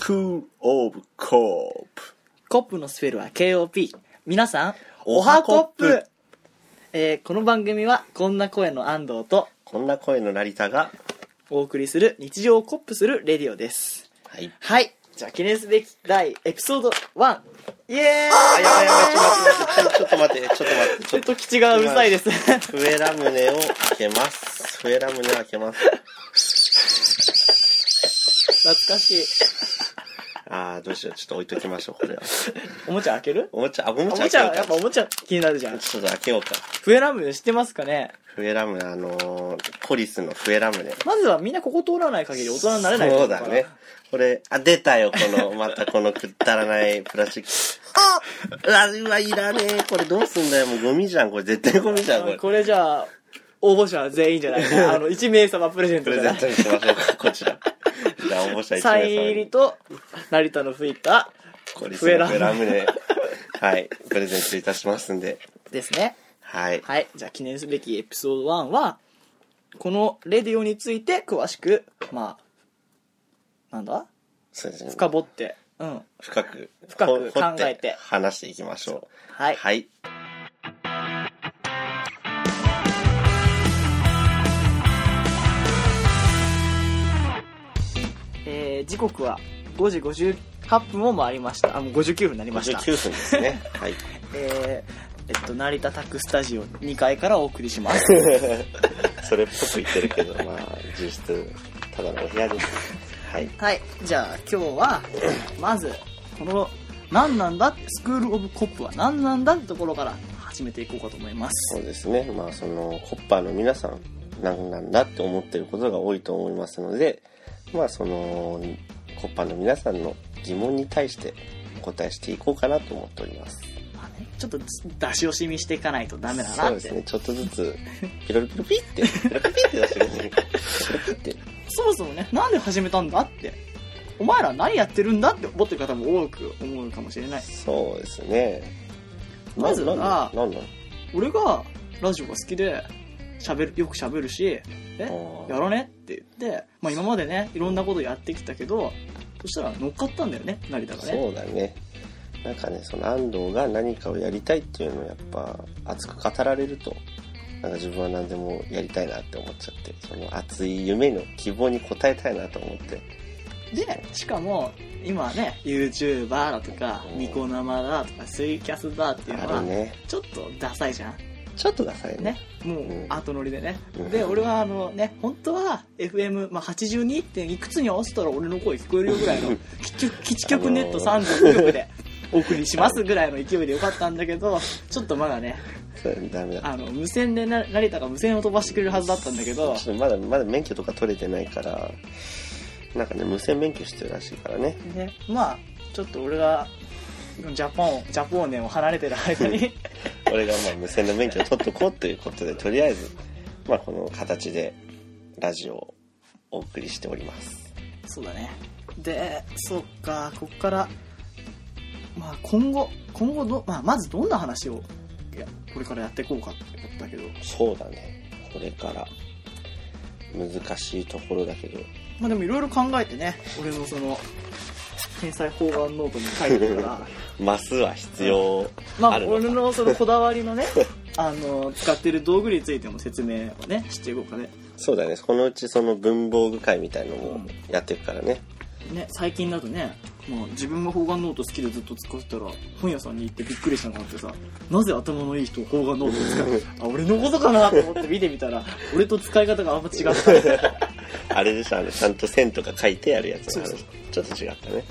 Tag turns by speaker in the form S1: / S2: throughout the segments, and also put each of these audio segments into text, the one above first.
S1: クールオブコープ
S2: コップのスペルは KOP 皆さん
S1: おはコップ
S2: えーこの番組はこんな声の安藤と
S1: こんな声の成田が
S2: お送りする日常をコップするレディオです
S1: はい
S2: はいじゃあ記念すべき第エピソード1イエ
S1: あやばいやばいちょっと待ってちょっと待って
S2: ー
S1: ち
S2: イ
S1: ょっと待ってちょっと
S2: と口がうるさいです
S1: 笛ラムネを開けます笛ラムネを開けます
S2: 懐かしい
S1: あーどうしようちょっと置いときましょうこれは
S2: おもちゃ開ける
S1: おもちゃあお
S2: お
S1: も
S2: も
S1: ちゃ
S2: ちゃ
S1: 開け
S2: や
S1: よ
S2: っ
S1: う
S2: ぱ
S1: か
S2: おもちゃ気になるじゃん
S1: ちょっと開けようか
S2: 笛ラムネ知ってますかね
S1: 笛ラムネあのー、ポリスの笛ラムネ
S2: まずはみんなここ通らない限り大人になれないと
S1: そ
S2: 思
S1: う
S2: から
S1: だねこれあ出たよこのまたこのくったらないプラスチックああうわいらねえこれどうすんだよもうゴミじゃんこれ絶対ゴミじゃんこれ
S2: これじゃあ応募者全員じゃないあの1名様プレゼン
S1: プ
S2: トじ
S1: レ
S2: ゃ
S1: ゼン
S2: な
S1: トに
S2: い
S1: しましょうかこちらじゃあ応募者1名様
S2: サイン入りと成田の吹いた
S1: これ
S2: 笛ラム
S1: 笛ラムネはいプレゼントいたしますんで
S2: ですね
S1: はい
S2: はいじゃあ記念すべきエピソード1はこのレディオについて詳しくまあなんだ
S1: そうですね
S2: 深掘ってうん
S1: 深く
S2: 深く
S1: ほ掘っ
S2: 考えて
S1: 話していきましょう
S2: はい
S1: はい
S2: えー時刻は5時58分を回りましたあもう59分になりました
S1: 59分ですねはい
S2: えーえっと成田タクスタジオ2階からお送りします
S1: それっぽく言ってるけどまあ実質ただのお部屋ですはい
S2: はいじゃあ今日はまずこの何なんだスクール・オブ・コップは何なんだってところから始めていこうかと思います
S1: そうですねまあそのコッパーの皆さん何なんだって思ってることが多いと思いますのでまあそのコッパーの皆さんの疑問に対してお答えしていこうかなと思っております
S2: まあねちょっと出し惜しみしていかないとダメだ
S1: そ
S2: な
S1: う
S2: っ
S1: で
S2: て
S1: すねちょっとずつピロリピロピってピロリピって出してくれるピロリピって
S2: そもそもねなんで始めたんだってお前ら何やってるんだって思ってる方も多く思うかもしれない
S1: そうですね
S2: まずは
S1: ななんなん
S2: 俺がラジオが好きで喋るよく喋るしえ
S1: あー
S2: やらねって言って、まあ、今までねいろんなことやってきたけどそしたら乗っかったんだよね成田がね
S1: そうだねなんかねその安藤が何かをやりたいっていうのをやっぱ熱く語られるとなんか自分は何でもやりたいなって思っちゃってその熱い夢の希望に応えたいなと思って
S2: でしかも今はね YouTuber だとか
S1: うん
S2: ニコ生だとかスイキャスだっていうの
S1: あ
S2: は
S1: るね
S2: ちょっとダサいじゃん
S1: ちょっとダサいね
S2: ねも
S1: う
S2: うん後乗りでね
S1: うん
S2: で俺はあのね本当は FM82、まあ、82点いくつに合わせたら俺の声聞こえるよぐらいの基地局ネット32局で お送りしますぐらいの勢いでよかったんだけどちょっとまだね
S1: そうダメだ
S2: あの無線でな成田が無線を飛ばしてくれるはずだったんだけど
S1: ちょっとまだまだ免許とか取れてないからなんかね無線免許してるらしいからね
S2: ねまあちょっと俺がジャパンをジャポーネを離れてる間に
S1: 俺がまあ無線の免許を取っとこうということでとりあえずまあこの形でラジオをお送りしております
S2: そうだねでそっかこっからまあ今後今後ど、まあ、まずどんな話をいやこれからやっていこうかって思ったけど
S1: そうだねこれから難しいところだけど
S2: まあでもいろいろ考えてね俺のその天才方眼ノートに書いてるから
S1: マスは必要
S2: ま
S1: あ
S2: あ
S1: るのか
S2: 俺のそのこだわりのねあの使ってる道具についても説明をねしていこうかね
S1: そうだねこのうちその文房具会みたいのもやっていくからね
S2: ね最近だとねもう自分が方眼ノート好きでずっと使ってたら本屋さんに行ってびっくりしたのがあってさなぜ頭のいい人方眼ノート を使うあ俺のことかなと思って見てみたら俺と使い方があんま違った
S1: あれでしょあのちゃんと線とか書いてやるやつ
S2: そうそう
S1: ちょっと違ったね、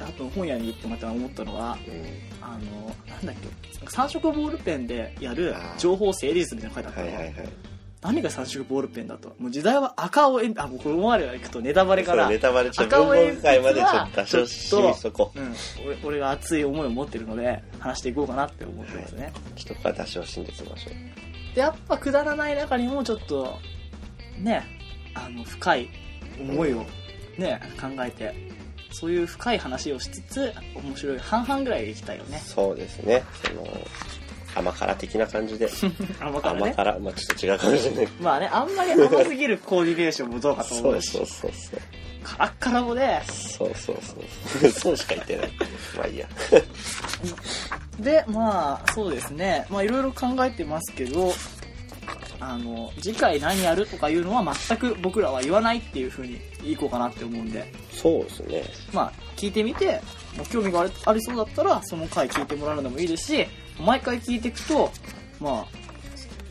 S2: あと本屋に行ってまた思ったのは
S1: うん、
S2: あのなんだっけ三色ボールペンでやる情報整理術みたいなの書いてあった
S1: は
S2: の、
S1: いはいはい
S2: 何が三色ボールペンだともう時代は赤をえあもうこのまで行くとネタバレか
S1: そ
S2: ら
S1: うネタバレちょっと
S2: 赤
S1: 文
S2: 尾
S1: 房具会
S2: 鉛
S1: まで
S2: 筆
S1: ちょ
S2: は
S1: っと足をしみそこ
S2: うん、俺俺が熱い思いを持ってるので話していこうかなって思ってますね、
S1: ちょっとここは出し惜しんでいきましょう
S2: でやっぱくだらない中にもちょっとねあの深い思いをね考えてそうい う深い話をしつつ面白い半々ぐらいでいきたいよね
S1: そうですねその甘辛的な感じ で
S2: 甘辛
S1: 甘
S2: ね
S1: 辛、まあちょっと違うかもしれない
S2: まあねあんまり甘すぎるコーディネーションもどうかと
S1: そ
S2: 思う
S1: う
S2: し
S1: そうそうそう
S2: カラッカラもね
S1: そうそうそう そうしか言ってないまあいいや
S2: でまあそうですねまあいろいろ考えてますけどあの次回何やるとかいうのは全く僕らは言わないっていう風にいこうかなって思うんで
S1: そうですね
S2: まあ聞いてみてもう興味がありありそうだったらその回聞いてもらうのもいいですし毎回聞いていくとまあ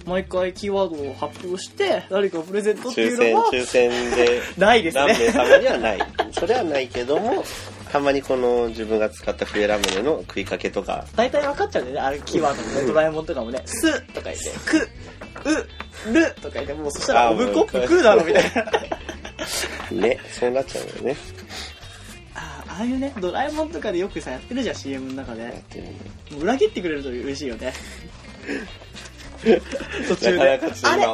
S2: 毎回キーワードを発表して誰かをプレゼントってい
S1: 抽
S2: う
S1: 選
S2: のは
S1: 抽選で
S2: ないです
S1: 何名
S2: ね
S1: 様にはないそれはないけどもたまにこの自分が使った笛ラムネの食いかけとか
S2: 大体分かっちゃうんだよねあれキーワードもねドラえもんとかもね「す」とか言って「く」「う」「る」とか言ってもうそしたら「
S1: あ
S2: おぶこ」「
S1: もう
S2: く」だろみたいな
S1: ねそうなっちゃうよね
S2: あああいうねドラえもんとかでよくさやってるじゃん CM の中
S1: やっ
S2: で
S1: てるね
S2: 裏切ってくれると嬉しいよ ね途中
S1: な
S2: で
S1: かなかちょっ
S2: あ
S1: と
S2: れ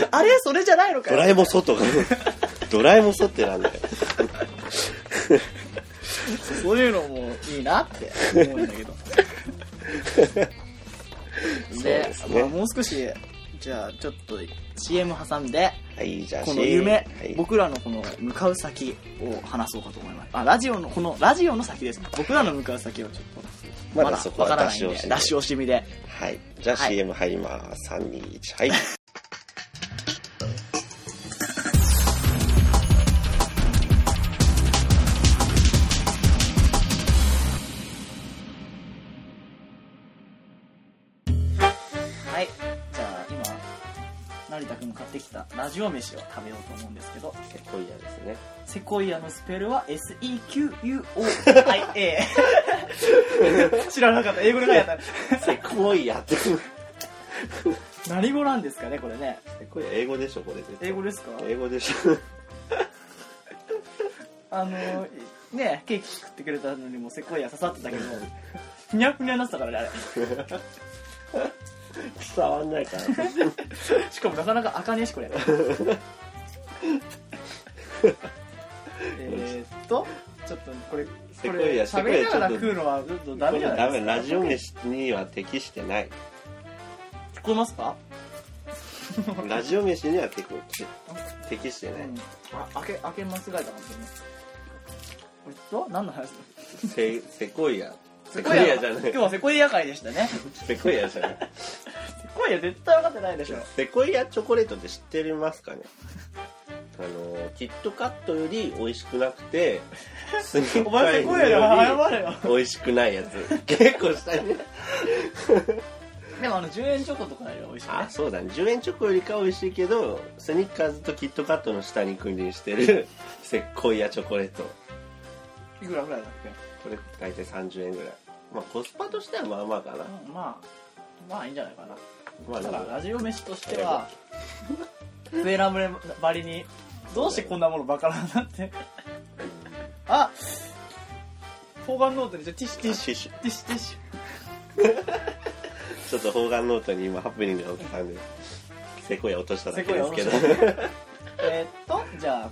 S1: 今
S2: あれ それじゃないのか
S1: ド
S2: よ
S1: ラえもん外が ドラえもん外ってなんだよ
S2: そういうのもいいなって思うんだ けど
S1: そう
S2: で
S1: ですね
S2: まあ、もう少しじゃあちょっと CM 挟んで
S1: はいじゃあ
S2: この夢、
S1: はい
S2: 僕らのこの向かう先を話そうかと思いますあラジオのこのラジオの先です僕らの向かう先をちょっと
S1: まだそこは
S2: わから
S1: 出
S2: ない
S1: し惜し
S2: んで
S1: み
S2: 出し惜しみで
S1: はいじゃあ
S2: はい
S1: CM 入ります321はい
S2: はいじゃあ今成田君が買ってきたラジオ飯を食べようと思うんですけど
S1: 今夜ですね
S2: セコイアのスペルは SEQUOIA 知らなかった 英語で書いてあっ
S1: セコイアって
S2: た何語なんですかねこれね
S1: セコイア英語でしょこれ
S2: 英語ですか
S1: 英語でしょ
S2: あのーねケーキ作ってくれたのにもセコイア刺さってたけどふにゃふにゃになってたからね
S1: 伝わんないから
S2: あれしかもなかなか開かねえしこ れえーっとちょっとこれこ
S1: セコイ
S2: れ
S1: アセコイア
S2: 喋りながら
S1: ちょっと
S2: 食うのはちょっとダメじゃない
S1: ダ
S2: です
S1: メ
S2: か
S1: ラジオ飯には適して ない
S2: 聞こえますか、
S1: ラジオ飯には適適して
S2: う
S1: ない、
S2: ん、あ開け開け間違えたかもしれないえっと何の話
S1: セセコイアセ
S2: セ
S1: コイアじゃない
S2: 今日はセコイア会でしたね。
S1: セコイアじゃない
S2: セコイア絶対分かってないでしょ。
S1: セコイアチョコレートって知ってますかねあのキットカットより美味しくなく てスニ
S2: お
S1: ッカ
S2: 前セコイアで 謝れよ。
S1: り美味しくないやつ結構したね
S2: でもあの10円チョコとかより美味しいね
S1: あ。そうだね10円チョコよりかは美味しいけどスニッカーズとキットカットの下に君臨してるセコイアチョコレート
S2: いくらぐらいだっけ
S1: これ大体30円ぐらいまあコスパとしてはまあまあかな
S2: うんまあ、まあいいんじゃないかな。
S1: まあで
S2: た
S1: も
S2: だラジオ飯としては、フエラムレばりに、どうしてこんなものバカなんだって。あ方眼ノートにじゃあティッシュティッシュ。
S1: シュ
S2: ティッシュティッシ
S1: ちょっと方眼ノートに今ハプニングが起きたんでセコイア落とした
S2: ュ。
S1: だけですけど
S2: セコイア面白いえーっと、じゃあ、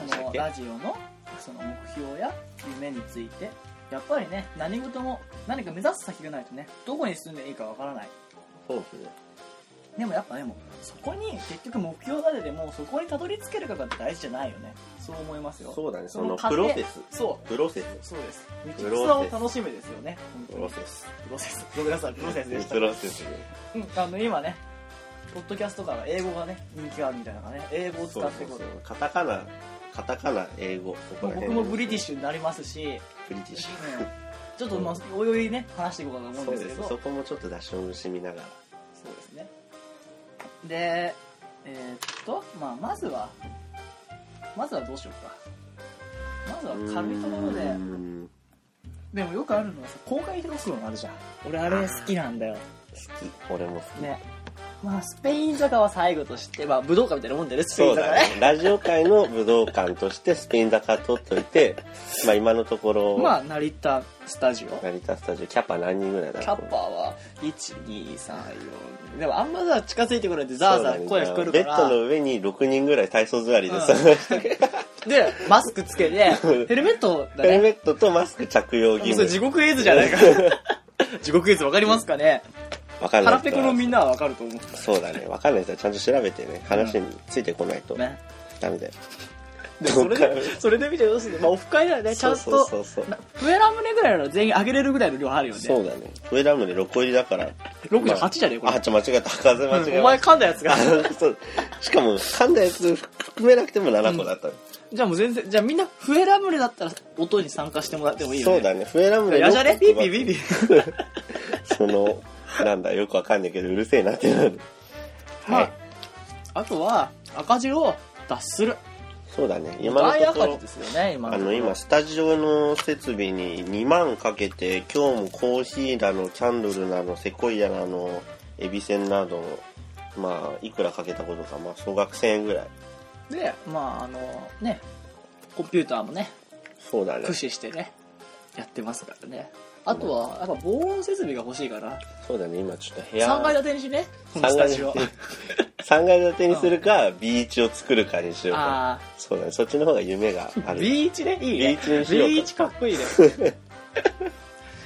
S1: 何でし
S2: こ
S1: た
S2: の
S1: っけ
S2: ラジオのその目標や夢についてやっぱりね何事も何か目指す先がないとねどこに住んでいいかわからない
S1: そうですね
S2: でもやっぱでもそこに結局目標立ててもそこにたどり着けるかが大事じゃないよねそう思いますよ
S1: そうだねそ
S2: その
S1: の
S2: 過
S1: プ
S2: 程
S1: ロセス
S2: そ
S1: プロセス
S2: うそうです
S1: プ
S2: 道
S1: ロセス
S2: 草を楽しむですよね本当
S1: プ
S2: に
S1: ロセス
S2: プロセスごめんなさいプロセスでした
S1: プロセス
S2: うんあの今ねポッドキャストから英語がね人気があるみたいなのがね英語を使
S1: そう
S2: っ
S1: そ
S2: て
S1: う
S2: こ
S1: そう
S2: う
S1: カタカナカタカナ英語そこら
S2: 僕
S1: 辺
S2: もブリティッ
S1: ュ
S2: シュになります し
S1: ブリティッシ
S2: うんちょっとまあおいおいね話していこうかと
S1: ュ
S2: 思うん
S1: そうで
S2: で
S1: す
S2: け
S1: す
S2: ど
S1: そこもちょっと出し惜しみながら
S2: そうですねでえーっと、まあ、まずはまずはどうしようかまずは軽いところ
S1: う
S2: で
S1: ーん
S2: でもよくあるのはさ公開で出すのがあるじゃん俺あれ好きなんだよ
S1: 好き俺も好き
S2: ねまあスペイン坂は最後としてまあ武道館みたいなもんだよねスペ
S1: そ
S2: イン
S1: う
S2: 坂
S1: だ
S2: ね
S1: ねラジオ界の武道館としてスペイン高取っとい てまあ今のところ
S2: まあ成田スタジオ
S1: 成田スタジオキャパ何人ぐらいだろう
S2: キャッパーは1234でもあんまさ近づいてこないでザーザー声聞こえるか
S1: ベッ
S2: ら
S1: ドの上に6人ぐらい体操座りでさ、
S2: うで、マスク つけて、ヘルメットだ
S1: ヘル
S2: ね。
S1: メットとマスク着用義
S2: それ
S1: 務
S2: 地獄絵図じゃないか。 地獄絵図わかりますかね
S1: わかんない
S2: 腹ペコのみんなはわかると思うんですけ
S1: そうだね。わかんない人はちゃんと調べてね、話についてこないと
S2: どね
S1: ダメだよ。
S2: でもそれでそれで見てどうするまあオフ会ならねちゃん
S1: そう
S2: と
S1: そうそうそう。
S2: プエラムネぐらいなら全員あげれるぐらいの量あるよね
S1: そうだね。上ラムで6個入りだから。
S2: 6じゃ8じゃねえこ
S1: あ、
S2: れ
S1: ちょ、間違えた。風間違え
S2: うん
S1: た。
S2: お前噛んだやつが
S1: そうしかも、噛んだやつ含めなくても7個だったの、
S2: じゃあもう全然じゃあみんなフエラムネだったら音に参加してもらってもいいよ
S1: そ
S2: ね
S1: うだね。増えラムネ
S2: やじゃねピーピーピーピ
S1: ー。
S2: ー
S1: その、なんだ、よくわかんないけど、うるせえなってなる。
S2: ま
S1: は
S2: あ
S1: い。
S2: あとは赤字を脱する
S1: そうだね。今
S2: 大
S1: のとこ
S2: 赤字
S1: ろ
S2: で、すよね今の
S1: あ
S2: と
S1: の、
S2: ころ
S1: 今、スタジオの設備に2万かけて、今日もコーヒーだの、キャンドルなの、セコイアなの、エビセンなどの、まあ、いくらかけたことか、まあ、総額1000円ぐらい。
S2: でまああのねコンピューターもね
S1: そうだね
S2: 駆。使してねやってますからねあとはやっぱ防音設備が欲しいから
S1: そうだね、今ちょっと部屋。
S2: 3階建てにしねこのスタジオ
S1: 三階3階建てにするか、ビーチを作るかにしようか。
S2: あ
S1: そうだね、そっちの方が夢があ
S2: あ
S1: る。
S2: ビーチねいいね
S1: ビーチにしようか
S2: ビーチかっこいいね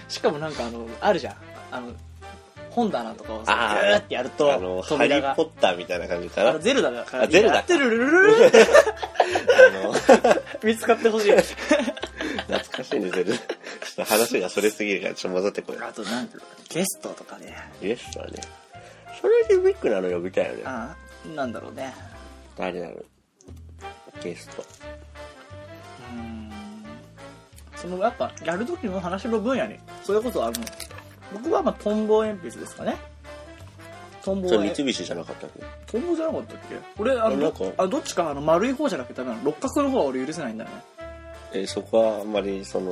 S2: しかもなんかあのあるじゃんあの本棚とかをさ
S1: あー
S2: ぐーってやると
S1: あの、ハリ
S2: 扉
S1: ー・
S2: が
S1: ポッターみたいな感じかな。
S2: あ
S1: あ
S2: の
S1: の、
S2: ゼルダだから
S1: あゼルダ
S2: やってるるるるるって見つかってほしい
S1: 懐かしいんですよ。 ちょっと話がそれすぎるから、ちょっと戻ってこい。
S2: あとなんかゲストとかね
S1: イエスだね。それでビッグなの呼びたいよね。
S2: あーなんだろうね
S1: 誰だろう。ゲスト。
S2: うーんそのやっぱやる時の話の分野にそれこそあの僕はまあトンボ鉛筆ですかねトンボ
S1: そ
S2: は
S1: れ三菱じゃなかったっけ
S2: トンボじゃなかったっけ俺あ
S1: あなん
S2: の
S1: か
S2: あどっちかあの丸い方じゃなくて多分六角の方は俺許せないんだよね
S1: えーそこはあんまり、その、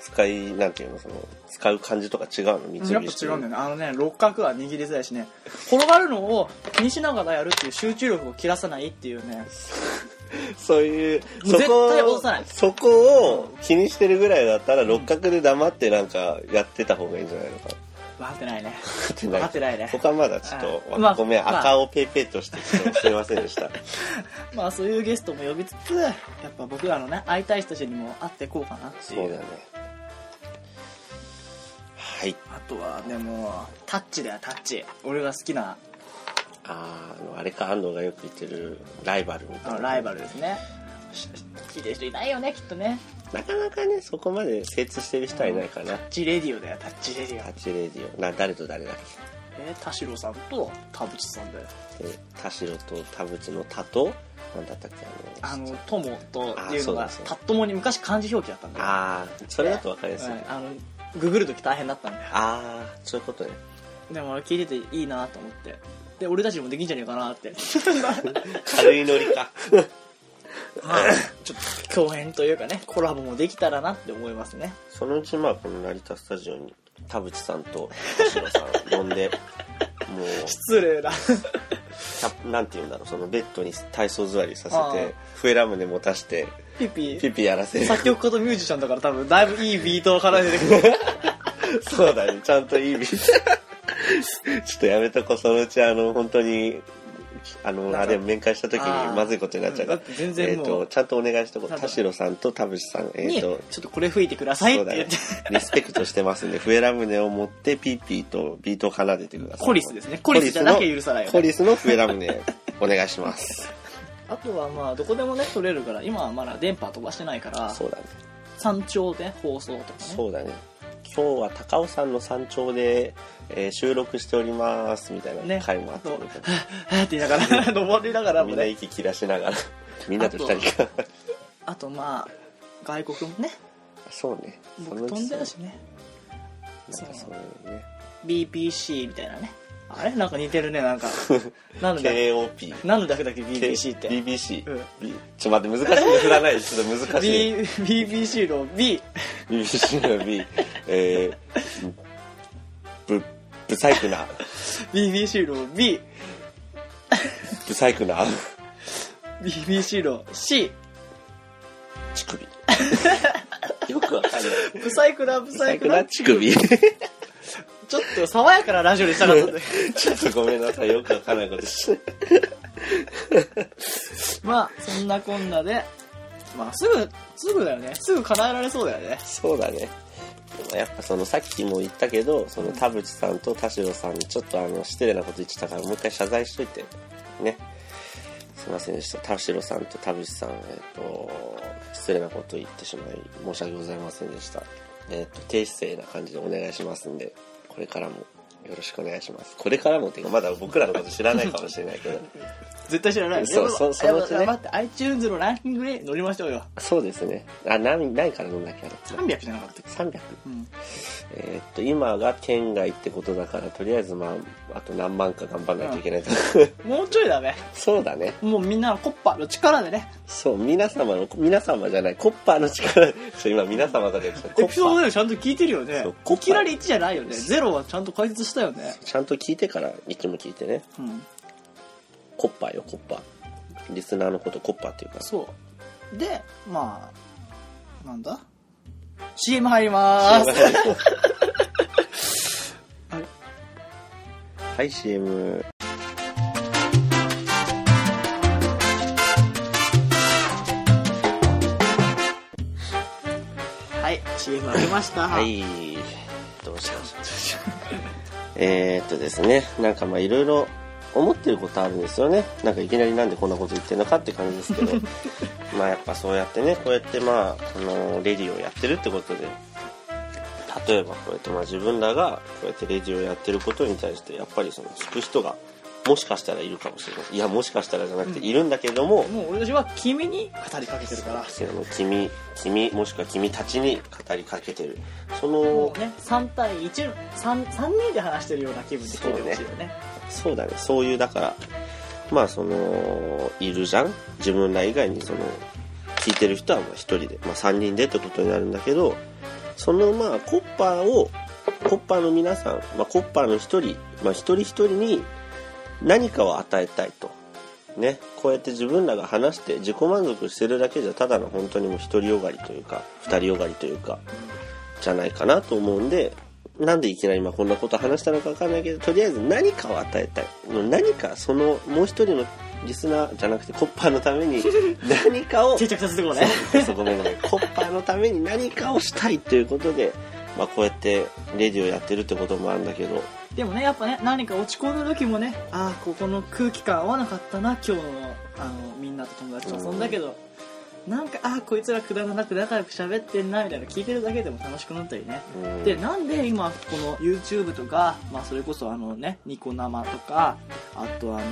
S1: 使い、なんていうの、その、使う感じとか違うの三菱
S2: やっぱ違うんだよねあのね六角は握りづらいしね転がるのを気にしながらやるっていう集中力を切らさないっていうね
S1: そういう、
S2: もう
S1: そこを
S2: 絶対落とさない
S1: そこを気にしてるぐらいだったら、六角で黙ってなんかやってた方がいいんじゃないのかな。
S2: 分かってないね
S1: 分かってな
S2: 分か
S1: い
S2: ってないね
S1: 他まだちょっと、
S2: はいまあ
S1: ごめん、
S2: まあ
S1: 赤をペーペーとしてちょっとすいませんで した。
S2: まあそういうゲストも呼びつつやっぱ僕らのね会いたい人たちにも会っていこうかなってい
S1: そうだね。はい。
S2: あとはでもタッチだよタッチ俺が好きな
S1: あーあの、あれか、安藤がよく言ってる、ライバルみた
S2: あ
S1: いな。
S2: のライバルですね聞いてる人いないよねきっとね
S1: なかなかね、そこまで精通してる人はいないかな。
S2: タッチレディオだよタッチレディ
S1: タッ
S2: オ
S1: チレディオ。な、誰と誰だっ
S2: えー田代さんと田淵さんだよ
S1: けで田代と田淵の田と、なんだったっけ、あ
S2: あ
S1: の、
S2: の友とっていうの
S1: あ
S2: が
S1: そうだそうだ
S2: たっともに昔漢字表記だったんだよ
S1: あーそれだとわかりやすい。
S2: はいあのググるとき大変だったんだよ
S1: ああ、そういうことね。
S2: でも俺聞いてていいなと思ってで俺たちにもできんじゃねえかなって
S1: 軽いノリか。
S2: まあ ちょっと共演というかねコラボもできたらなって思いますね
S1: そのうちまあこの成田スタジオに田淵さんと田代さん呼ん でもう
S2: 失礼だ
S1: キャなんて言うんだろうそのベッドに体操座りさ
S2: あ
S1: せて
S2: ー
S1: 笛ラムネ持たして
S2: ピピ
S1: ピピやらせる
S2: 作曲家とミュージシャンだから多分だいぶいいビートを絡んでてくる
S1: そうだねちゃんといいビート ちょっとやめとこそのうちあの本当にあの
S2: なんか
S1: あれ面会した時
S2: あ
S1: に
S2: ー
S1: まずいことになっちゃうか
S2: うん
S1: ら
S2: だって全然もう
S1: えーとちゃんとお願いしとこう
S2: なんだ
S1: 田代さんと田淵さんえっ、
S2: にちょ
S1: と
S2: っとこれ吹いてください
S1: そ
S2: っ
S1: う
S2: て
S1: だ
S2: 言っ
S1: ね
S2: て、
S1: リスペクトしてますんで笛ラムネを持ってピーピーとビートを奏でてください
S2: コリスですねコリスじゃなきゃ許さないよね
S1: コリスの笛ラムネお願いします
S2: あとはまあどこでもね取れるから今はまだ電波飛ばしてないから
S1: そうだね
S2: 山頂で放送とかね
S1: そうだね今日は高尾山の山頂で、えー収録しておりますみたいな
S2: ね
S1: 回もあった
S2: そ
S1: の
S2: う
S1: で、
S2: はぁって言いながら登りながら
S1: み
S2: も
S1: んな
S2: ね
S1: 息切らしながら みんなと二人が
S2: あとまあ外国もね
S1: そうね
S2: 僕飛んで
S1: な
S2: る
S1: んか
S2: しね
S1: そういうね
S2: BBC みたいなねあれなんか似てるねなんか なんでだ
S1: KOP
S2: なんでだけだっけ BBC って
S1: BBC、
S2: うん
S1: B ちょっと待って難しいの振らないでちょっと難しい
S2: B BBC の B
S1: BBC の B えー、ぶブサイクな
S2: BBC の B
S1: ブサイクな
S2: BBC の C
S1: 乳首 よくわかんない
S2: ブサイクなブサイクな
S1: 乳首ち
S2: ちょっと爽やかなラジオにしたかったんで
S1: ょっとごめんなさいよくわかんないことして
S2: まあそんなこんなでまあすぐすぐだよねすぐ叶えられそうだよね
S1: そうだねやっぱそのさっきも言ったけどその田淵さんと田代さんにちょっとあの失礼なこと言ってたからもう一回謝罪しといてねすいませんでした田代さんと田淵さんえっ、と失礼なこと言ってしまい申し訳ございませんでしたえっ、と低姿勢な感じでお願いしますんでこれからもよろしくお願いしますこれからもっていうかまだ僕らのこと知らないかもしれないけど
S2: 絶対知らない
S1: そうそうそ
S2: や
S1: の
S2: ば
S1: う
S2: い
S1: ちね
S2: やばい待って iTunes のランキングで乗りましょうよ
S1: そうですねあ何何から飲んだっけあれ
S2: 300じゃなかったっけ
S1: 300
S2: うん
S1: えーっと今が県外ってことだからとりあえずまああと何万か頑張らないといけないと、
S2: もうちょいだね
S1: そうだね
S2: もうみんなのコッパの力でね
S1: そう皆様の皆様じゃないコッパーの力そう今皆様が出てきたコ
S2: エピソード
S1: ッパー
S2: でちゃんと聞いてるよね
S1: そうコッ
S2: い
S1: パ
S2: きなり1じゃないよねゼロはちゃんと解説したよね
S1: ちゃんと聞いてからいつも聞いてね
S2: うん
S1: コッパーよコッパーリスナーのことコッパーっていうから
S2: そうでまあなんだ CM 入りまーす あれ
S1: はい CM
S2: はい CM 入りました
S1: はいどうしましょうえーっとですねなんかまあいろいろ思ってることあるんですよねなんかいきなりなんでこんなこと言ってんのかって感じですけどまあやっぱそうやってねこうやってまあこのレディをやってるってことで例えばこうやってまあ自分らがこうやってレディをやってることに対してやっぱりその聞く人がもしかしたらいるかもしれないいやもしかしたらじゃなくているんだけども、
S2: もう俺たちは君に語りかけてるから
S1: あの君君もしくは君たちに語りかけてるその
S2: もうね3対1の 3, 3人で話してるような気分で聞いてほしいよね
S1: そうだねそういうだからまあそのいるじゃん自分ら以外にその聞いてる人はまあ1人で、まあ、3人でってことになるんだけどそのまあコッパーをコッパーの皆さん、まあ、コッパーの1人、まあ、一人一人に何かを与えたいと。ね、こうやって自分らが話して自己満足してるだけじゃただの本当にもう独りよがりというか二人よがりというかじゃないかなと思うんでなんでいきなり今こんなこと話したのか分かんないけどとりあえず何かを与えたいもう何かそのもう一人のリスナーじゃなくてコッパーのために何かを
S2: 定着させてこうね
S1: そうごめんごめんコッパーのために何かをしたいということで、まあ、こうやってレディをやってるってこともあるんだけど
S2: でもねやっぱね何か落ち込んだ時もねああここの空気感合わなかったな今日のあのみんなと友達と遊んだけど、なんかああこいつらくだらなく仲良く喋ってんなみたいな聞いてるだけでも楽しくなったりね
S1: うん
S2: でなんで今この YouTube とか、まあ、それこそあのねニコ生とかあとあの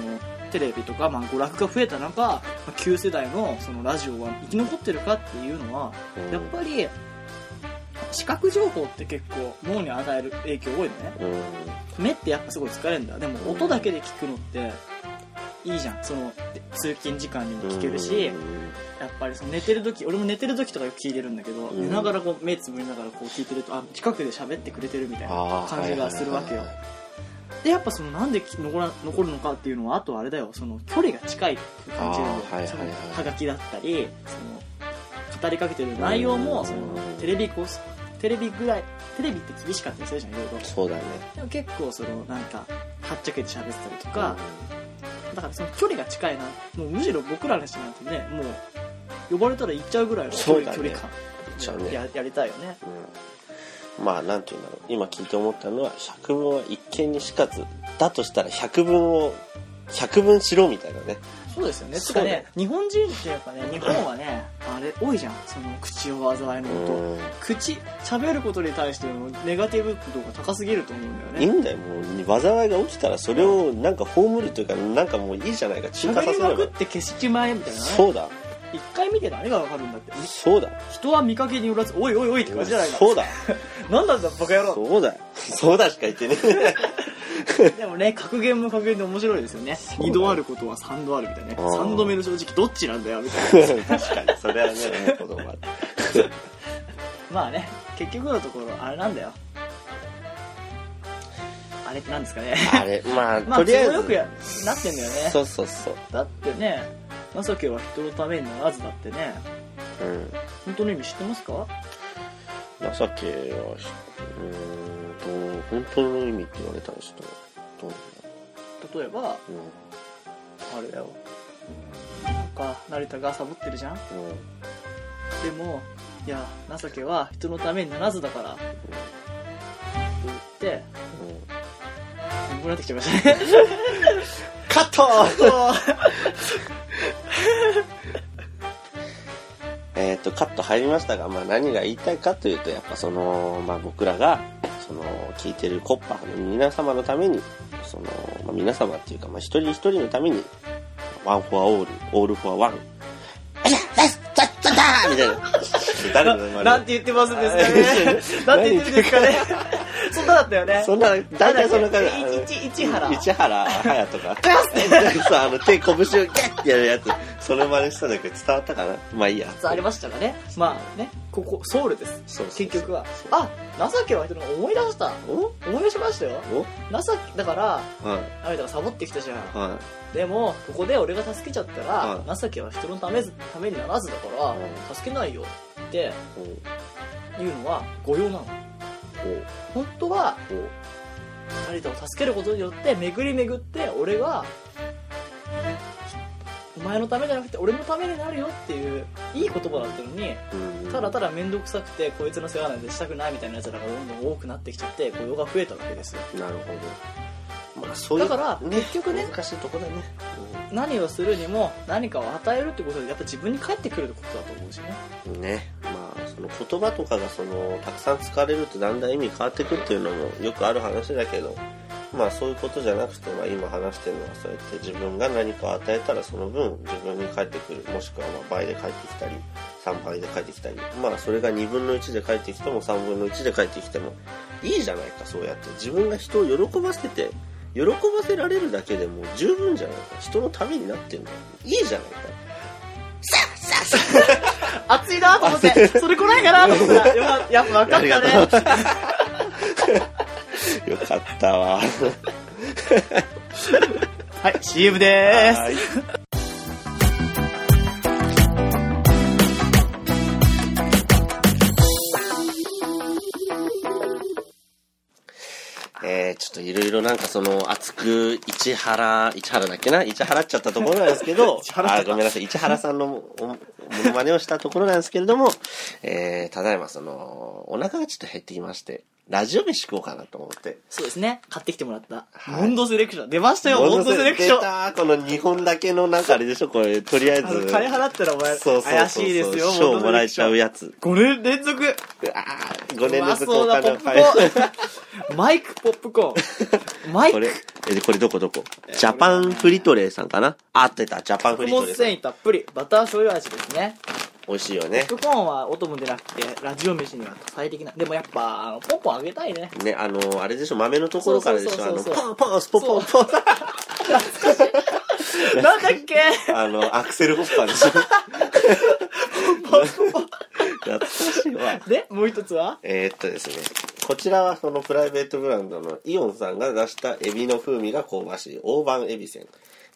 S2: テレビとか、まあ、娯楽が増えた中まあ旧世代のそのラジオは生き残ってるかっていうのは
S1: うん
S2: やっぱり視覚情報って結構脳に与える影響多いのね
S1: うん
S2: 目ってやっぱすごい疲れるんだでも音だけで聞くのっていいじゃんそので通勤時間にも聞けるし、
S1: うん
S2: やっぱりその寝てる時俺も寝てる時とかよく聞いてるんだけど、
S1: うん
S2: 寝ながらこう目つぶりながらこう聞いてるとあ近くで喋ってくれてるみたいな
S1: あー
S2: 感じがするわけよ
S1: はいはいはい
S2: でやっぱそのなんでき残ら残るのかっていうのはあとあれだよその距離が近いって感じるん
S1: あーは
S2: だ
S1: い
S2: よ
S1: は
S2: そ
S1: い
S2: の
S1: はい
S2: はがきだったりその語りかけてる内容
S1: う
S2: も
S1: ん
S2: そのテレビこうテレビぐらいテレビって厳しかったりするじゃんいろいろ
S1: そうだね
S2: でも結構そのなんかはっちゃけて喋ってたりとか、だからその距離が近いなもうむしろ僕らの人なんてねもう呼ばれたら行っちゃうぐらいの距
S1: そう
S2: 離,、
S1: だね
S2: 距離感
S1: 行っちゃうね
S2: ややりたいよね
S1: うんまあなんて言うんだろう今聞いて思ったのは百聞は一見にしかずだとしたら百聞を百分しろみたいなね
S2: そうですよねつ
S1: そう
S2: か
S1: だ
S2: ね
S1: ね
S2: 日本人ってやっぱね日本はねあれ多いじゃんその口を災いのこと、口喋ることに対してのネガティブ度が高すぎると思うんだ
S1: いい
S2: よね
S1: んだよもう災いが起きたらそれをなんか葬るというかなんかもういいじゃないか中華
S2: 喋
S1: さ
S2: り
S1: せ
S2: ま
S1: れ
S2: く
S1: ば
S2: って消しちまえみたいなね
S1: そうだ
S2: 一回見て誰がわかるんだって
S1: そうだ
S2: 人は見かけによらずおいおいおいって感じじゃないか
S1: そうだ
S2: 何なんだバカ野郎
S1: そうだそうだしか言 ってね
S2: でもね格言も格言で面白いですよね
S1: そうだよ
S2: 二度あることは三度あるみたいなね
S1: あー
S2: 三度目の正直どっちなんだよみたいな
S1: 確かにそれはね思うこともある
S2: まあね結局のところあれなんだよあれってなんですかね
S1: あれまあ、
S2: まあ
S1: とりあえず
S2: 都合よくやなってんだよね
S1: そうそうそう
S2: だってね情けは人のためにならずだってね
S1: うん
S2: 本当の意味知ってますか
S1: 情けはしうーんと本当の意味って言われたらちょっとどうなんだ
S2: 例えば
S1: ろう
S2: あれだよなんか成田がサボってるじゃん
S1: うんうん
S2: でもいや情けは人のためにならずだからって言って
S1: うん
S2: 眠くなってきちゃいましたね
S1: カットえっとカット入りましたが、まあ、何が言いたいかというとやっぱその、まあ、僕らがその聞いてるコッパーの皆様のためにその、まあ、皆様っていうか、まあ、一人一人のためにワン・フォア・オールオール・フォア・ワンあいやナイスタッチャッターみたいな誰の名前
S2: なんて 言ってますんですかね なんて言ってるんですかねそんなだったよね
S1: そんな、大体そんな感
S2: なんだっけ
S1: じ。
S2: いちいち市原
S1: 市原隼 とか。そうあの手、拳をギャッてやるやつ。それ真似したんだけど伝わったかなまあいいや。
S2: ありましたからねまあねここソウルです
S1: そうそうそう
S2: 結局はあ情けは人の思い出した
S1: お
S2: 思い出しましたよ
S1: お
S2: 情けだから
S1: はい。
S2: あれだからサボってきたじゃん
S1: は
S2: でもここで俺が助けちゃったら、
S1: う
S2: 情けは人のためずためにならずだか
S1: うん
S2: ら助けないよって
S1: い。お
S2: いうのは誤用なの本当は成田を助けることによって巡り巡って俺がお前のためじゃなくて俺のためになるよっていういい言葉だったのに
S1: おお
S2: ただただ面倒くさくてこいつの世話なんてしたくないみたいなやつらがどんどん多くなってきちゃって雇用が増えたわけですよ
S1: なるほど。まあそういう。
S2: だから
S1: ね
S2: 結局ね
S1: 難しいとこだね。
S2: 何をするにも何かを与えるってことでやっぱ自分に返ってくるってことだと思うしね
S1: うんね。まあその言葉とかがその、たくさん使われるとだんだん意味変わってくるっていうのもよくある話だけど、まあそういうことじゃなくて、まあ、今話してるのはそうやって自分が何かを与えたらその分自分に返ってくるもしくはまあ倍で返ってきたり3倍で返ってきたりまあそれが2分の1で返ってきても3分の1で返ってきてもいいじゃないかそうやって自分が人を喜ばせて喜ばせられるだけでもう十分じゃないか人のためになってるんだよいいじゃないかさあさあさ
S2: 熱いなと思ってそれ来ないかなと思ったらやっぱやっぱ分か
S1: あ
S2: っ
S1: り
S2: た
S1: が
S2: ね
S1: あよかったわ
S2: はい CM でーす
S1: はい えー、ちょっといろいろなんかその熱く市原市原だっけな市原っちゃったところなんですけど
S2: 市原っちゃ
S1: あ
S2: った
S1: ーごめんなさい市原さんのおおものまねをしたところなんですけれども、えー、ただいまそのお腹がちょっと減ってきましてラジオ飯食おうかなと思って
S2: そうですね買ってきてもらった
S1: はい
S2: モンドセレクション出ましたよモンドセレクシ
S1: 出
S2: ョン
S1: たこの2本だけのなんかあれでしょこれとりあえ
S2: あ
S1: ず
S2: の金払ったらお前
S1: そうそうそうそう
S2: 怪しいですよ
S1: 賞
S2: モン
S1: も
S2: ドセ
S1: ら
S2: レ
S1: え
S2: ク
S1: ち
S2: シ
S1: ゃ
S2: ョ
S1: う
S2: ン
S1: やつ
S2: 5年連続
S1: あ5年連続
S2: う
S1: お
S2: まそうな
S1: 金
S2: ポッ
S1: を
S2: プコ
S1: 返す
S2: ーンマイクポップコーンマイ
S1: こ
S2: ク
S1: れえこれどこどこジャパンフリトレーさんかなあ出たジャパンフ
S2: 食
S1: リト
S2: 物
S1: レーさん
S2: 繊維たっぷりバター醤油味ですね
S1: 美味しいよ
S2: ポ
S1: ね
S2: ップコーンはお供でなくてラジオ飯には最適なでもやっぱあのポンポンあげたいね
S1: ねあのあれでしょ豆のところからでしょあ
S2: そう
S1: の
S2: そうそうそう
S1: ポンポンスポポンポン
S2: なんだっけ
S1: あのアクセルホッパーでしょ懐かしいわ
S2: でもう一つは
S1: えーっとですねこちらはそのプライベートブランドのイオンさんが出したエビの風味が香ばしい大判エビせん、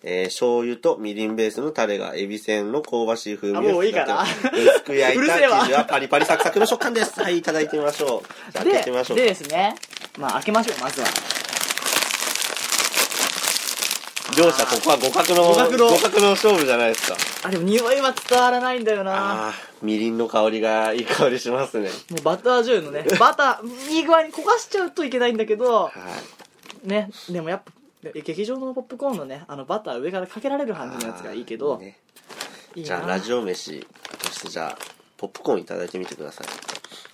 S1: えー、醤油とみりんベースのタレがエビせんの香ばしい風味を
S2: あもういいかな
S1: 引き立て薄く 焼いう
S2: る
S1: た
S2: せえわ
S1: 生地はパリパリサクサクの食感ですはいいただいてみましょうじゃあ開けてみましょ
S2: で
S1: う
S2: でですねまあ開けましょうまずは
S1: 両者ここは互角の
S2: 互角の
S1: 勝負じゃないですか
S2: あでも匂いは伝わらないんだよな
S1: あーみりんの香りがいい香りしますね
S2: もうバター醤 油のねバターいい具合に焦がしちゃうといけないんだけど
S1: はい
S2: ねでもやっぱ劇場のポップコーンのねあのバター上からかけられる感じのやつがいいけど
S1: あーね
S2: いい
S1: じゃあ
S2: な
S1: ラジオ飯としてじゃあポップコーンいただいてみてください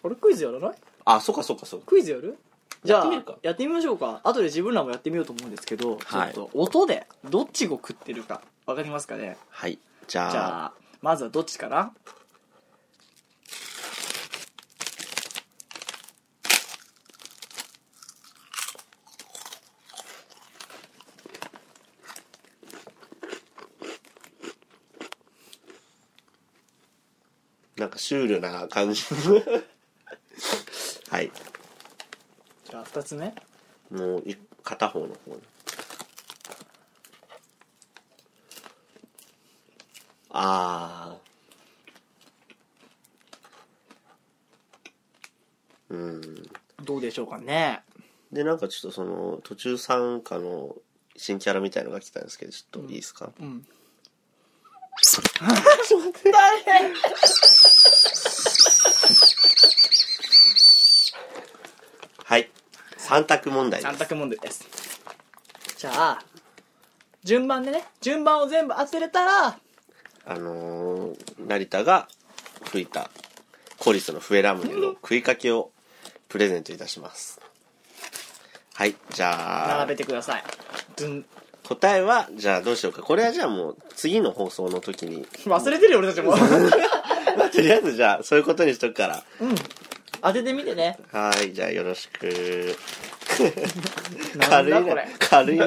S2: 俺クイズやらない
S1: あそっかそっかそっか
S2: クイズやるじゃ
S1: やってみる
S2: あ
S1: か
S2: やってみましょうか後で自分らもやってみようと思うんですけど、
S1: はい
S2: ちょっと音でどっちを食ってるかわかりますかね
S1: はいじゃあ
S2: じゃあまずはどっちかな
S1: なんかシュールな感じ はい
S2: じゃあ2つ目
S1: もうい片方の方にああうん
S2: どうでしょう かね
S1: でなんかちょっとその途中参加の新キャラみたいのが来たんですけどちょっといいですか、
S2: うん
S1: ちょっと待って
S2: 誰
S1: 三択問題で
S2: 三
S1: す。
S2: 択問題ですじゃあ順番でね順番を全部当てれたら
S1: あのー、成田が吹いたコリスの笛ラムネの食いかけをプレゼントいたします。はい、じゃあ
S2: 並べ、てくださいドゥン
S1: 答えは、じゃあどうしようか。これはじゃあもう次の放送の時に。
S2: 忘れてるよ俺た ちも
S1: まあとりあえずじゃあそういうことにしとくから。
S2: うん当ててみてね
S1: はい、じゃあよろしく。
S2: なん
S1: 軽い
S2: だ
S1: な
S2: これ
S1: 軽いな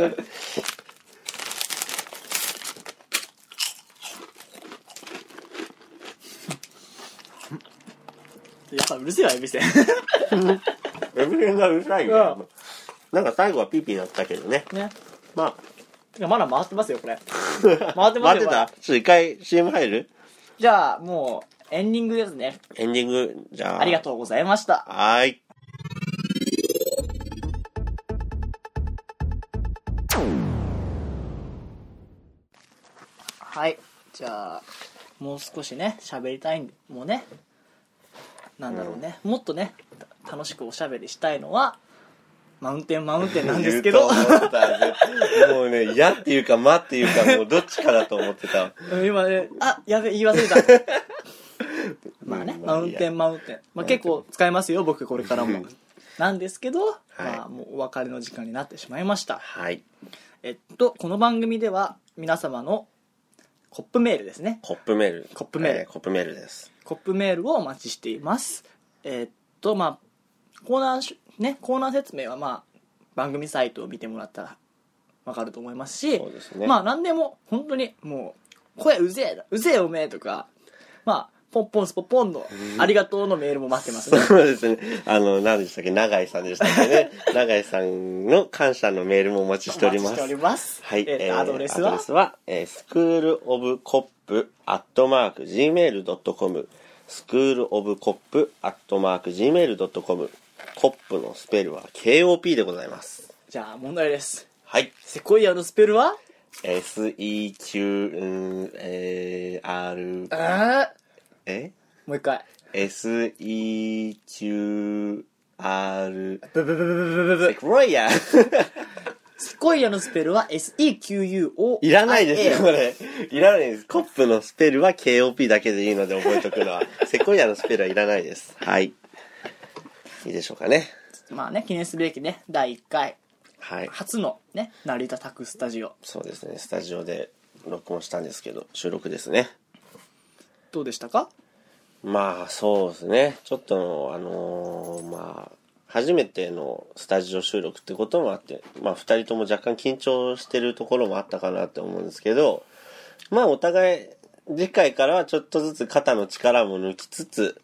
S2: いやうるせえわエビ せん
S1: エビレンがうるさいね
S2: うん
S1: なんか最後はピーピーなったけどね。
S2: ね
S1: ま
S2: てかまだ回ってますよこれ
S1: あ。
S2: 回ってます よ
S1: 待ってたちょっと一回 CM 入る
S2: じゃあもうエンディングですね
S1: エンディング、じゃあ。
S2: ありがとうございました
S1: はーい。
S2: はいじゃあもう少しね喋りたいんもうねなんだろうね、もっとねた楽しくおしゃべりしたいのはマウンテンマウンテンなんですけど
S1: 言うと思ったもうね、嫌っていうか、まっていうか、もうどっちかだと思ってた。
S2: 今ねあやべ言い忘れ たまあね
S1: うんま
S2: マ
S1: あ
S2: ウンテ
S1: いい
S2: ンマウンテン、まあ、結構使いますよ僕これからもなんですけど、
S1: い
S2: まあもうお別れの時間になってしまいました
S1: はい。
S2: えっとこの番組では皆様のコップメールですね
S1: コップメール。
S2: コップメール
S1: えコップメールです。
S2: コップメールをお待ちしていますえーっとまあコーナーしねコーナー説明はまあ番組サイトを見てもらったらわかると思いますし
S1: そうですね
S2: まあ何でも本当にもう声うぜえだうぜえおめえとかまあポンポンスポポンのありがとうのメールも待ってますね
S1: そうですね。あの、何でしたっけ永井さんでしたっけ ね。永井さんの感謝のメールもお待ちしておりま
S2: お待
S1: す
S2: ちしてお。ります
S1: はい。
S2: えーっと
S1: えー
S2: アドレスは
S1: アドレスは、えー、スクールオブコップアットマーク Gmail.com。スクールオブコップアットマーク Gmail.com。コップのスペルは KOP でございます。
S2: じゃあ問題です
S1: はい。
S2: セコイアのスペルは
S1: SEQR
S2: えー
S1: え
S2: もう一回
S1: ?SEQR
S2: ブブブブブブブブ
S1: セクロイヤー
S2: セコイアのスペルは SEQUO
S1: いらないですよ、こ
S2: あ
S1: れ。いらないです。コップのスペルは KOP だけでいいので覚えとく のは。セコイアのスペルはいらないです。はい。いいでしょうかね。
S2: まあね、記念すべきね、第1回、
S1: はい。
S2: 初のね、成田タクスタジオ。
S1: そうですね。スタジオで録音したんですけど、収録ですね。
S2: どうでしたか
S1: まあそうですねちょっとあのーまあ初めてのスタジオ収録ってこともあってまあ2人とも若干緊張してるところもあったかなって思うんですけどまあお互い次回からはちょっとずつ肩の力も抜きつつ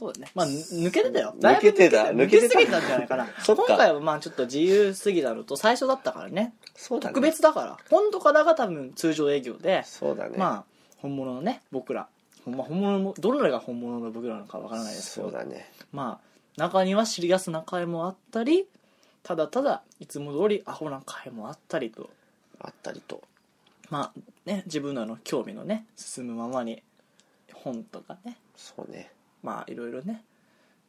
S2: そうだね。まあ、ぬ抜けてたよ。
S1: 抜けてた
S2: だいぶ抜けて抜けすぎ
S1: 抜けてた
S2: たんじゃないかな。
S1: そっか
S2: 今回はまあ、ちょっと自由すぎたのと、最初だったからね。
S1: そうだね
S2: 特別だから。今度からが多分通常営業で、
S1: そうだね
S2: まあ、本物のね、僕ら。ほんま、本物の、どれが本物の僕らなのかわからないですけ
S1: そう
S2: ど、
S1: だね
S2: まあ、中には知りやすな会もあったり、ただただ、いつも通りアホな会もあったりと。
S1: あったりと
S2: まあね自分らの興味のね進むままに本とかね
S1: そうね
S2: まあいろいろね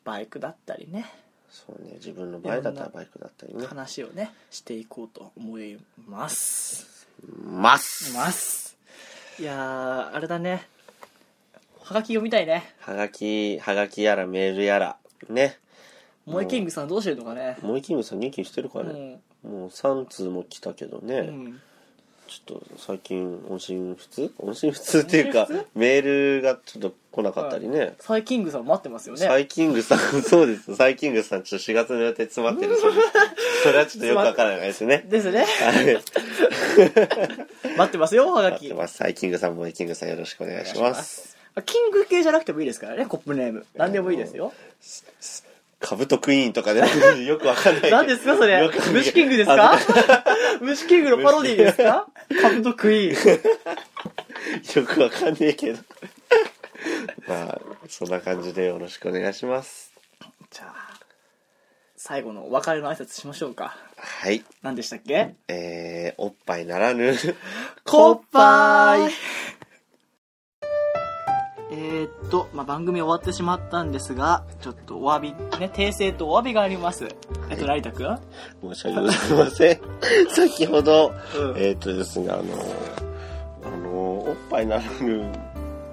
S2: バイクだったりね
S1: そうね自分の場合だったらバイクだったりね
S2: 話をねしていこうと思います
S1: ます
S2: ますいやーあれだねはがき読みたいね
S1: はがきはがきやらメールやらね
S2: 萌えキングさんどうしてるのかね
S1: 萌えキングさん入金してるか
S2: う
S1: ね、
S2: ん、
S1: もう3通も来たけどね、
S2: うん、
S1: ちょっと最近音信不通 音信不通っていうかメールがちょっと来なかったりね、
S2: サイキングさん待ってますよね
S1: サイキングさん そうですサイキングさんちょっと4月の予定詰まってるそうです それはちょっとよくわからないですね
S2: ですね
S1: はい
S2: 待ってますよはが
S1: 待っ
S2: き
S1: てますサイキングさんもイキングさんよろしくお願いします
S2: あキング系じゃなくてもいいですからねコップネーム何でもいいですよ
S1: カブトクイーンとかねよくわかんないけど
S2: 何ですかそれ
S1: よくわかんない
S2: 虫キングです
S1: あ
S2: か虫キングのパロディーですかカブトクイーン
S1: よくわかんねえけど まあそんな感じでよろしくお願いします
S2: じゃあ最後のお別れの挨拶しましょうか
S1: はい
S2: 何でしたっけ
S1: えー、おっぱいならぬ
S2: コッパーイ えーっと、まあ、番組終わってしまったんですが、ちょっとお詫び、ね、訂正とお詫びがあります。えっと、成田くん、
S1: 申し訳ございません。 先ほど、
S2: うん、
S1: えっ、とですね、あの、あの、おっぱいならぬ、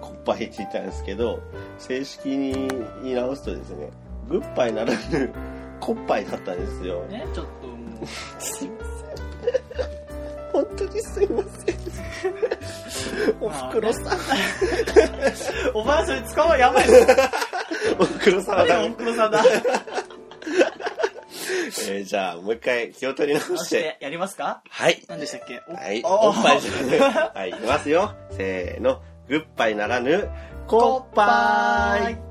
S1: こっぱいって言ったんですけど、正式に言い直すとですね、グッパイならぬ、こっぱいだったんですよ。
S2: ね、ちょっともう、
S1: すいません。本当にすい ません。おふくろさん。
S2: おばあそれ使うわ、やばいぞ。
S1: おふくろさんはダメ
S2: お。袋さんだ。
S1: えーじゃあ、もう一回気を取り直
S2: そ
S1: し。
S2: してて、やりますか
S1: はい。
S2: 何でしたっけお
S1: はい。
S2: お
S1: おっぱいじゃない。はい、いきますよ。せーの。グッパイならぬ、
S2: お
S1: コ
S2: っ
S1: ッ
S2: ぱ
S1: パ
S2: い
S1: イ。